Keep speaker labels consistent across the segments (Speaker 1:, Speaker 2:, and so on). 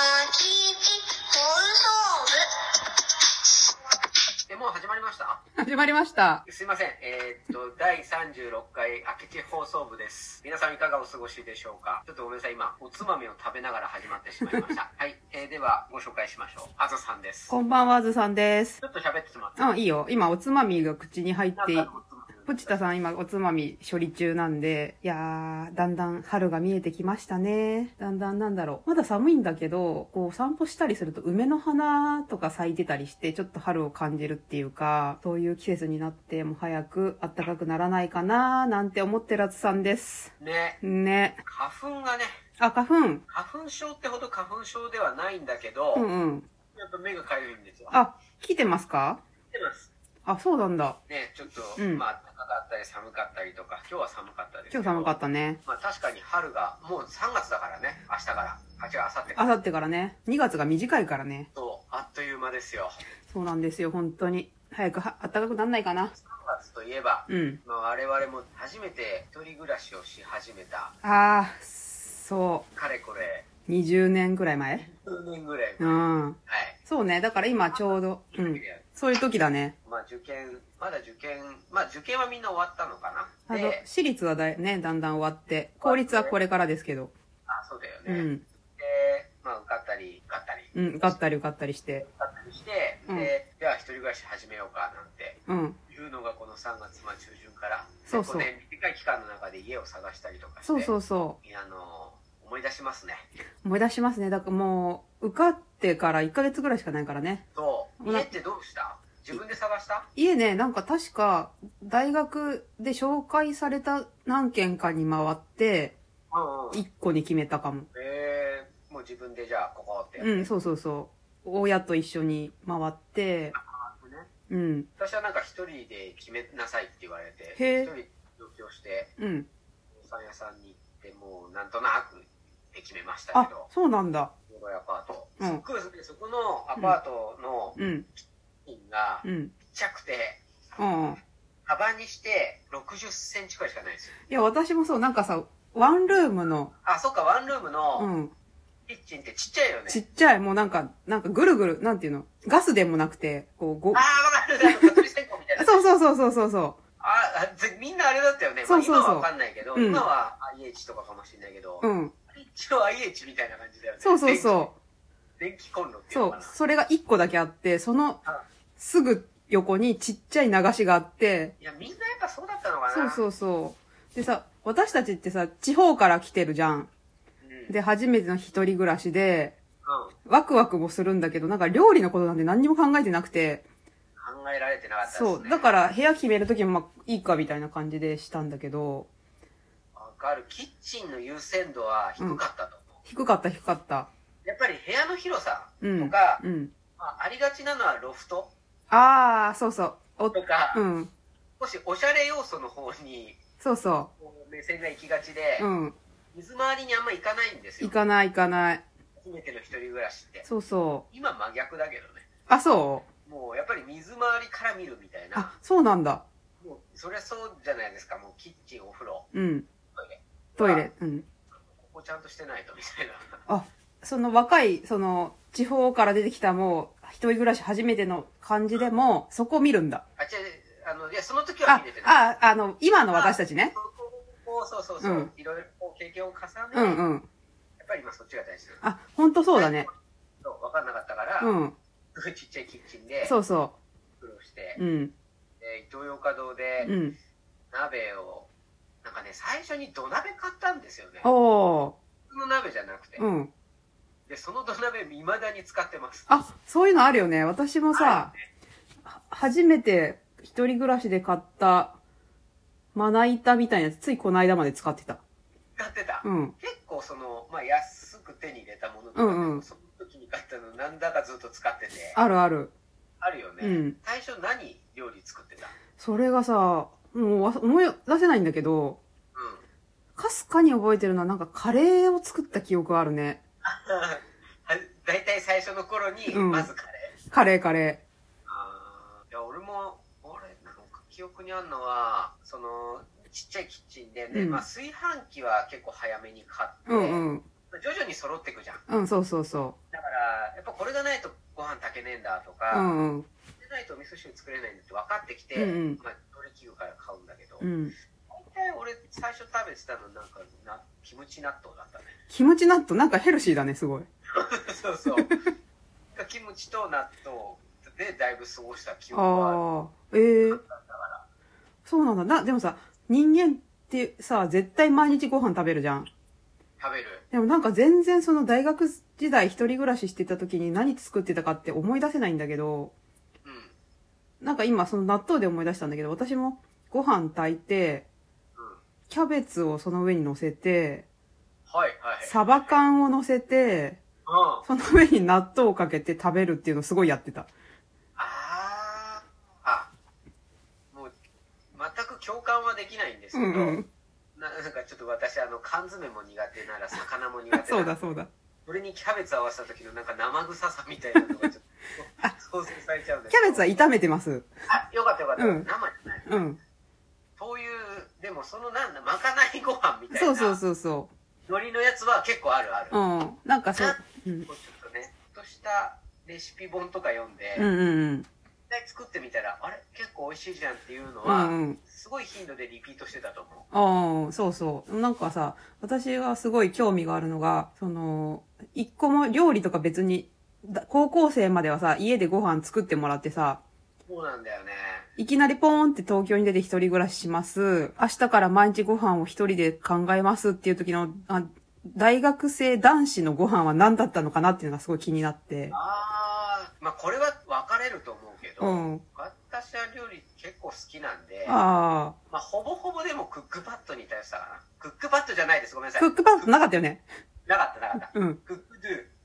Speaker 1: 始まりました。
Speaker 2: すいません。えーっと、第36回空き地放送部です。皆さんいかがお過ごしでしょうかちょっとごめんなさい。今、おつまみを食べながら始まってしまいま した。はい。えーでは、ご紹介しましょう。あずさんです。ちょ
Speaker 1: こんばんは、あずさんです。
Speaker 2: っと喋ってしまって。
Speaker 1: うん、いいよ。今、おつまみが口に入って、
Speaker 2: なんかおつまみ
Speaker 1: ポチタさん今、おつまみ処理中なんで、いやー、だんだん春が見えてきましたね。だんだんなんだろう。まだ寒いんだけど、こう、散歩したりすると、梅の花とか咲いてたりして、ちょっと春を感じるっていうか、そういう季節になって、もう早く暖かくならないかなー、なんて思ってるあずさんです。
Speaker 2: ね。
Speaker 1: ね。
Speaker 2: 花粉がね、
Speaker 1: あ、花粉。
Speaker 2: 花粉症ってほど花粉症ではないんだけど、
Speaker 1: うんうん。
Speaker 2: やっぱ目がかゆいんですよ。
Speaker 1: あ、来てますか
Speaker 2: 来てます。
Speaker 1: あ、そうなんだ。
Speaker 2: ね、ちょっと、
Speaker 1: うん
Speaker 2: まあ、高かったり寒かったりとか、今日は寒かったですけ
Speaker 1: 今
Speaker 2: ど。。
Speaker 1: 日寒かったたね。
Speaker 2: まあ、確かに春が、もう3月だからね。明日から。あ、違う、明後日か
Speaker 1: あ
Speaker 2: ら。
Speaker 1: さってからね、2月が短いからね。
Speaker 2: そう、あっという間ですよ。
Speaker 1: そうなんですよ、本当に。早くは暖かくなんないか
Speaker 2: 3
Speaker 1: な。
Speaker 2: 月といえば、
Speaker 1: うん。
Speaker 2: まあ、我々も初めて一人暮らしをし始めた
Speaker 1: ああ、そ
Speaker 2: かれこれ
Speaker 1: う。20年ぐらい前
Speaker 2: 数年ぐらい前、
Speaker 1: う
Speaker 2: はい
Speaker 1: ん。そうね、だから今ちょうど、うん。そういう時だね。
Speaker 2: まあ受験まだ受験まあ受験はみんな終わったのか
Speaker 1: あ
Speaker 2: な
Speaker 1: と
Speaker 2: で、
Speaker 1: 私立はだいね、だんだん終わって、公立はこれからですけど、
Speaker 2: あそうだよ
Speaker 1: う
Speaker 2: ね、で
Speaker 1: ん。
Speaker 2: まあ受かったり受かったり
Speaker 1: うん、受かったり受かったりして。
Speaker 2: 受かったりして、
Speaker 1: うん
Speaker 2: でじゃあ一人暮らし始めようかなんて
Speaker 1: うん。
Speaker 2: いうのがこの3月まあ中旬から
Speaker 1: そうそう
Speaker 2: でこね短い期間の中で家を探したりとかして
Speaker 1: そうそううそ
Speaker 2: あの思い出しますね
Speaker 1: う。思い出しますね。だからもう、受かってから1ヶ月ぐらいしかないからね。
Speaker 2: そう
Speaker 1: ほら
Speaker 2: 家ってどうした自分で探した
Speaker 1: 家ね、なんか確か、大学で紹介された何軒かに回って、
Speaker 2: うんうん
Speaker 1: 一個に決めたかも。
Speaker 2: えー、もう自分でじゃあここってやって、
Speaker 1: うん、そうそうそう。親と一緒に回っ
Speaker 2: ね
Speaker 1: て、うん、
Speaker 2: 私はなんか一人で決めなさいって言われて
Speaker 1: へー
Speaker 2: 一人上京して
Speaker 1: うん。
Speaker 2: 不動産屋さんに行ってもうなんとなくって決めました
Speaker 1: あ
Speaker 2: けど、
Speaker 1: そうなんだ。
Speaker 2: ボロいアパート、
Speaker 1: うん
Speaker 2: すっごいそそこのアパートの
Speaker 1: うん、
Speaker 2: 金が
Speaker 1: うん、うん
Speaker 2: ちっちゃくて、
Speaker 1: うん。
Speaker 2: 幅にして60センチくらいしかないんですよ
Speaker 1: いや、私もそう、なんかさ、ワンルームの、
Speaker 2: あそっかワンルーム
Speaker 1: う
Speaker 2: の
Speaker 1: ん、
Speaker 2: キッチンってちっちゃいよね、
Speaker 1: ちっちゃい、もうなんか、なんかぐるぐる、なんていうの、ガスでもなくて、こう、ご
Speaker 2: あ、あ分かるあの隔離線香みたいな
Speaker 1: そうそうそうそうそうそ
Speaker 2: ああぜみんなあれだったよね、
Speaker 1: そうそう
Speaker 2: まあ、
Speaker 1: そう
Speaker 2: 今は分かんないけど、
Speaker 1: うん
Speaker 2: 今は IH とかかもしれないけど、
Speaker 1: う。うん。
Speaker 2: 一応 IH みたいな感じだよね。
Speaker 1: そうそうそう。
Speaker 2: 電気。電気コンロっていう
Speaker 1: そ
Speaker 2: の
Speaker 1: う
Speaker 2: か、な。
Speaker 1: それが一個だけあって、その、すぐ横にちっちゃい流しがあって、
Speaker 2: いや、みんなやっぱそうだったのかな。。
Speaker 1: そうそううそう。でさ、私たちってさ、地方から来てるじゃん。
Speaker 2: ん、
Speaker 1: で、初めての一人暮らしで、
Speaker 2: うん。
Speaker 1: ワクワクもするんだけど、なんか料理のことなんて何にも考えてなくて、
Speaker 2: 考えられてなかったです、ね。
Speaker 1: そう。だから部屋決めるときもまあいいかみたいな感じでしたんだけど、
Speaker 2: ら。わかる。キッチンの優先度は低かったと思う。
Speaker 1: 低かった低かった。
Speaker 2: やっぱり部屋の広さと
Speaker 1: うん。
Speaker 2: か、
Speaker 1: うん。
Speaker 2: まあ、ありがちなのはロフト
Speaker 1: ああ、そうそう。お、
Speaker 2: とか、
Speaker 1: うん。
Speaker 2: 少しおしゃれ要素の方に
Speaker 1: そうそ
Speaker 2: こう目線が行きがちで、
Speaker 1: う。うん。
Speaker 2: 水回りにあんま行かないんです
Speaker 1: 行
Speaker 2: よ。
Speaker 1: かない行かない。
Speaker 2: 初めての一人暮らしって。
Speaker 1: そうそう。
Speaker 2: 今真逆だけどね。
Speaker 1: あ、そう
Speaker 2: もうやっぱり水回りから見るみたいな
Speaker 1: あ。、そうなんだ。
Speaker 2: もうそりゃそうじゃないですかもうキッチンお風呂
Speaker 1: うん。
Speaker 2: トイレ
Speaker 1: トイレ。うん。
Speaker 2: ここちゃんとしてないとみたい な
Speaker 1: あ、その若い、その、地方から出てきたもう、一人暮らし初めての感じでも、そこ見るんだ。
Speaker 2: あ違うあのいやその時は
Speaker 1: あ
Speaker 2: 見れて、ない
Speaker 1: あ、あの、今の私たちね。
Speaker 2: そこをそうそうそう、
Speaker 1: うん
Speaker 2: いろいろこう経験を重ね、
Speaker 1: うん
Speaker 2: やっ
Speaker 1: うん。
Speaker 2: ぱり今そっちが大事なの
Speaker 1: あ、ほんとそうだね。
Speaker 2: そう分かんなかったから、
Speaker 1: うん。
Speaker 2: すごいちっちゃいキッチンで
Speaker 1: そうそ
Speaker 2: 苦労して、
Speaker 1: う。うん。
Speaker 2: でイトーヨーカドーで
Speaker 1: うん。
Speaker 2: 鍋をなんかね最初に土鍋買ったんですよね
Speaker 1: おお
Speaker 2: 普通の鍋じゃなくて、
Speaker 1: ー。うん。
Speaker 2: でその土鍋未だに使ってます
Speaker 1: あ、そういうのあるよね。私もさ
Speaker 2: あ、
Speaker 1: は初めて一人暮らしで買った、まな板みたいなやつ、ついこの間まで使ってた。
Speaker 2: 使ってた、
Speaker 1: うん。
Speaker 2: 結構その、まあ、安く手に入れたものとか、
Speaker 1: うんうん
Speaker 2: その時に買ったのなんだかずっと使っててあ
Speaker 1: あるある。
Speaker 2: るよね、
Speaker 1: うん
Speaker 2: 最初何料理作ってた
Speaker 1: それがさ、もうわ思い出せないんだけど、
Speaker 2: うん
Speaker 1: かすかに覚えてるのはなんかカレーを作った記憶があるね。
Speaker 2: だいたい最初の頃に
Speaker 1: うん
Speaker 2: まずカレー、
Speaker 1: カレーカレ
Speaker 2: あーいや俺も俺なんか記憶にあるのはそのちっちゃいキッチンで、ね
Speaker 1: うん
Speaker 2: まあ、炊飯器は結構早めに買って、
Speaker 1: ー。うんうん。
Speaker 2: 徐々に揃っていくじゃん
Speaker 1: うん、そうそうそ
Speaker 2: だからやっぱこれがないとご飯炊けねえんだと
Speaker 1: う。う
Speaker 2: か、
Speaker 1: んうん。
Speaker 2: でないとお味噌汁作れないんだって分かってきて、
Speaker 1: うんうん
Speaker 2: まあ、調理器具から買うんだけど、
Speaker 1: うん。
Speaker 2: 大体俺最初食べてたのなんかなキムチ納豆だったね
Speaker 1: キムチ納豆なんかヘルシーだね、すごい。
Speaker 2: そうそう キムチと納豆でだいぶ過ごした記憶はあ
Speaker 1: ああ。ええ
Speaker 2: るだから
Speaker 1: そうなんだ。な、でもさ、人間ってさ、絶対毎日ご飯食べるじゃん。
Speaker 2: 食べる
Speaker 1: でもなんか全然その大学時代一人暮らししてた時に何作ってたかって思い出せないんだけど、
Speaker 2: うんうん
Speaker 1: なんか今その納豆で思い出したんだけど、私もご飯炊いて、キャベツをその上に乗せて、
Speaker 2: はいはい
Speaker 1: サバ缶を乗せて、
Speaker 2: うんあ
Speaker 1: その上に納豆をかけて食べるっていうのをすごいやってた。
Speaker 2: あーあもう全く共感はできないんです
Speaker 1: う
Speaker 2: けど、
Speaker 1: んうん。
Speaker 2: ななんかちょっと私あの缶詰も苦手 なら魚も苦手な
Speaker 1: そうだそうだ。
Speaker 2: それにキャベツ合わせた時のなんか生臭さみたいなのがちょっと想像されちゃうんです
Speaker 1: キャベツは
Speaker 2: は
Speaker 1: 炒めてます。
Speaker 2: あよかったよかった、
Speaker 1: うん
Speaker 2: 生じゃない
Speaker 1: うん。
Speaker 2: そういうでもそのなんだまかないご飯みたいな
Speaker 1: そうそうそうそ
Speaker 2: 海苔のやつは結構あるある、
Speaker 1: う。うん。なんかそう。うん
Speaker 2: こうちょっとねふとしたレシピ本とか読んで、
Speaker 1: うんうん
Speaker 2: 一回作ってみたらあれ結構美味しいじゃんっていうの
Speaker 1: うん。う
Speaker 2: は、
Speaker 1: んうん。
Speaker 2: すごい頻度でリピートしてたと思
Speaker 1: ああ、そうそう。なんかさ、私がすごい興味があるのが、その、一個も料理とか別に、だ高校生まではさ、家でご飯作ってもらってさ、
Speaker 2: うそうなんだよね
Speaker 1: いきなりポーンって東京に出て一人暮らしします。明日から毎日ご飯を一人で考えますっていう時の、あ大学生男子のご飯は何だったのかなっていうのがすごい気になって。
Speaker 2: ああまあこれは分かれると思うけど、
Speaker 1: うん。
Speaker 2: 私は料理結構好きなんで
Speaker 1: あ
Speaker 2: まあ、ほぼほぼでもクックパッドに対してたかな。クックパッドじゃないです。ごめんなさ
Speaker 1: あ、ク
Speaker 2: い。
Speaker 1: ックパッドなかったよね。
Speaker 2: なかった、なかった。
Speaker 1: うん。
Speaker 2: クック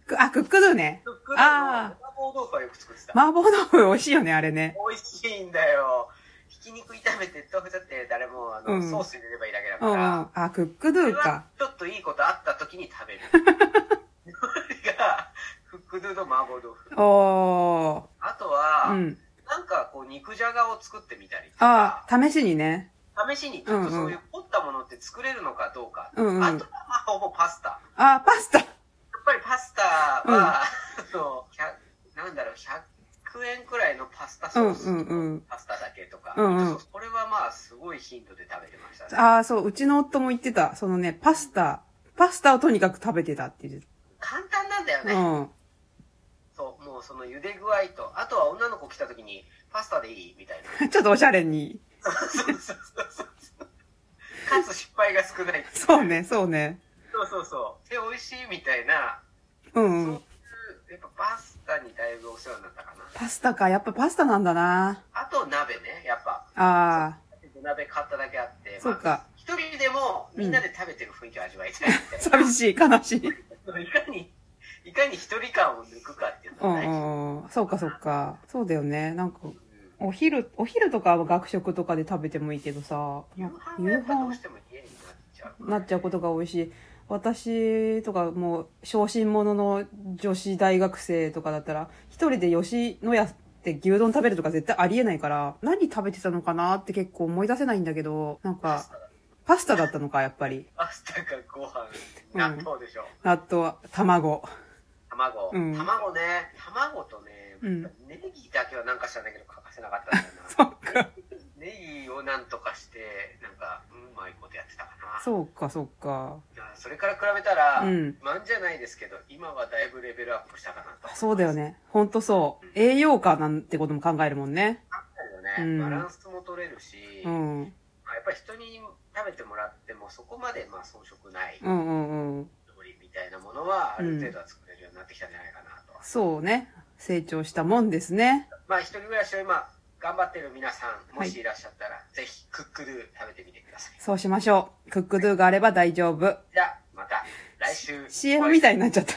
Speaker 2: ドゥ。
Speaker 1: くあ、クックドゥね。
Speaker 2: クックドゥの
Speaker 1: あ
Speaker 2: 麻婆豆腐はよく作ってた。
Speaker 1: 麻婆豆腐美味しいよね、あれね。
Speaker 2: 美味しいんだよ。ひき肉炒めて豆腐だって誰もあの、
Speaker 1: うん
Speaker 2: ソース入れればいいだけだ
Speaker 1: うん
Speaker 2: か
Speaker 1: うん。
Speaker 2: ら。
Speaker 1: あ、クックド
Speaker 2: それ
Speaker 1: ゥか
Speaker 2: は。ちょっといいことあった時に食べる。それが、クックドゥの麻婆豆腐。
Speaker 1: おー。
Speaker 2: あとは、
Speaker 1: うん。
Speaker 2: なんかこう肉じゃがを作ってみたりと
Speaker 1: あ
Speaker 2: か、
Speaker 1: あ、試しにね。
Speaker 2: 試しにちょっとそういう凝ったものって作れるのかどうか。
Speaker 1: うんうん。
Speaker 2: あ
Speaker 1: あ
Speaker 2: とはまあほぼパスタ。
Speaker 1: あ、パスタ。
Speaker 2: やっぱりパスタは、あの、100なんだろう、100円くらいのパスタ
Speaker 1: う
Speaker 2: ソ
Speaker 1: ん
Speaker 2: ー
Speaker 1: うん
Speaker 2: ス、
Speaker 1: うん。
Speaker 2: パスタだけとか、
Speaker 1: うんうん
Speaker 2: そうこれはまあ、すごい頻度で食べてましたね。
Speaker 1: ああ、そう、うちの夫も言ってた。そのね、パスタ。パスタをとにかく食べてたって言って
Speaker 2: 簡単なんだよ
Speaker 1: た。
Speaker 2: ね。
Speaker 1: うん。
Speaker 2: そう、もうその茹で具合と、あとは女の子来た時に、パスタでいいみたい な。
Speaker 1: ちょっとおしゃれに。
Speaker 2: そうそうそうそうかつ失敗が少ない。
Speaker 1: そうね、そうね。
Speaker 2: そうそうそう。で、美味しいみたいな、
Speaker 1: うんう
Speaker 2: そ
Speaker 1: ん。
Speaker 2: ういう、やっぱパスタにだいぶお世話になったかな。
Speaker 1: パスタか。やっぱパスタなんだな。
Speaker 2: あと鍋ね、やっぱ。
Speaker 1: あ
Speaker 2: 土鍋買っただけあって、
Speaker 1: そうか
Speaker 2: まあ一人でもみんなで食べてる雰囲気を味わいたいみ
Speaker 1: あ、寂しい、悲しい。
Speaker 2: たいないかに、いかに一人感を抜くかっていう
Speaker 1: う
Speaker 2: のが大事。
Speaker 1: んうん。そうか、そうか。そうだよね。なんか、
Speaker 2: うん
Speaker 1: お昼、お昼とかは学食とかで食べてもいいけどさ。
Speaker 2: 夕飯がやっぱどうしても家になっちゃうからね。
Speaker 1: なっちゃうことが多いし私とかもう小心者の女子大学生とかだったら一人で吉野家で牛丼食べるとか絶対ありえないから何食べてたのかなって結構思い出せないんだけどなん
Speaker 2: パ
Speaker 1: か
Speaker 2: スタだ
Speaker 1: パスタだったのかやっぱり
Speaker 2: パスタかご飯、
Speaker 1: うん
Speaker 2: 納豆でしょ。
Speaker 1: 納豆卵
Speaker 2: 卵、
Speaker 1: うん
Speaker 2: 卵ね、卵とね、
Speaker 1: うん
Speaker 2: ネギだけはなんか知らないけど欠かせなかったんだ よ
Speaker 1: そっか
Speaker 2: な。ネギをなんとかして、なんか、うまいことやってたかな。
Speaker 1: そうかそうか
Speaker 2: いやそれから比べたら、
Speaker 1: うん
Speaker 2: まんじゃないですけど、今はだいぶレベルアップしたかなと。
Speaker 1: そうだよ。ねほんとそう栄養価なんてことも考えるもんね
Speaker 2: ね、
Speaker 1: うん
Speaker 2: バランスも取れるし、
Speaker 1: う
Speaker 2: ま
Speaker 1: んうん
Speaker 2: あ、やっぱり人に食べてもらってもそこまでまあ遜色ない
Speaker 1: うんうん
Speaker 2: 料理みたいなものはある程度は作れるようになってきたんじゃないかなと、
Speaker 1: そうね成長したもんですね
Speaker 2: まあ一人暮らしを今頑張ってる皆さんも
Speaker 1: はい
Speaker 2: しいらっしゃったら、ぜひクックドゥ食べてみてください
Speaker 1: そうしましょうクックドゥがあれば大丈夫
Speaker 2: じゃあまた来週
Speaker 1: CM みたいになっちゃった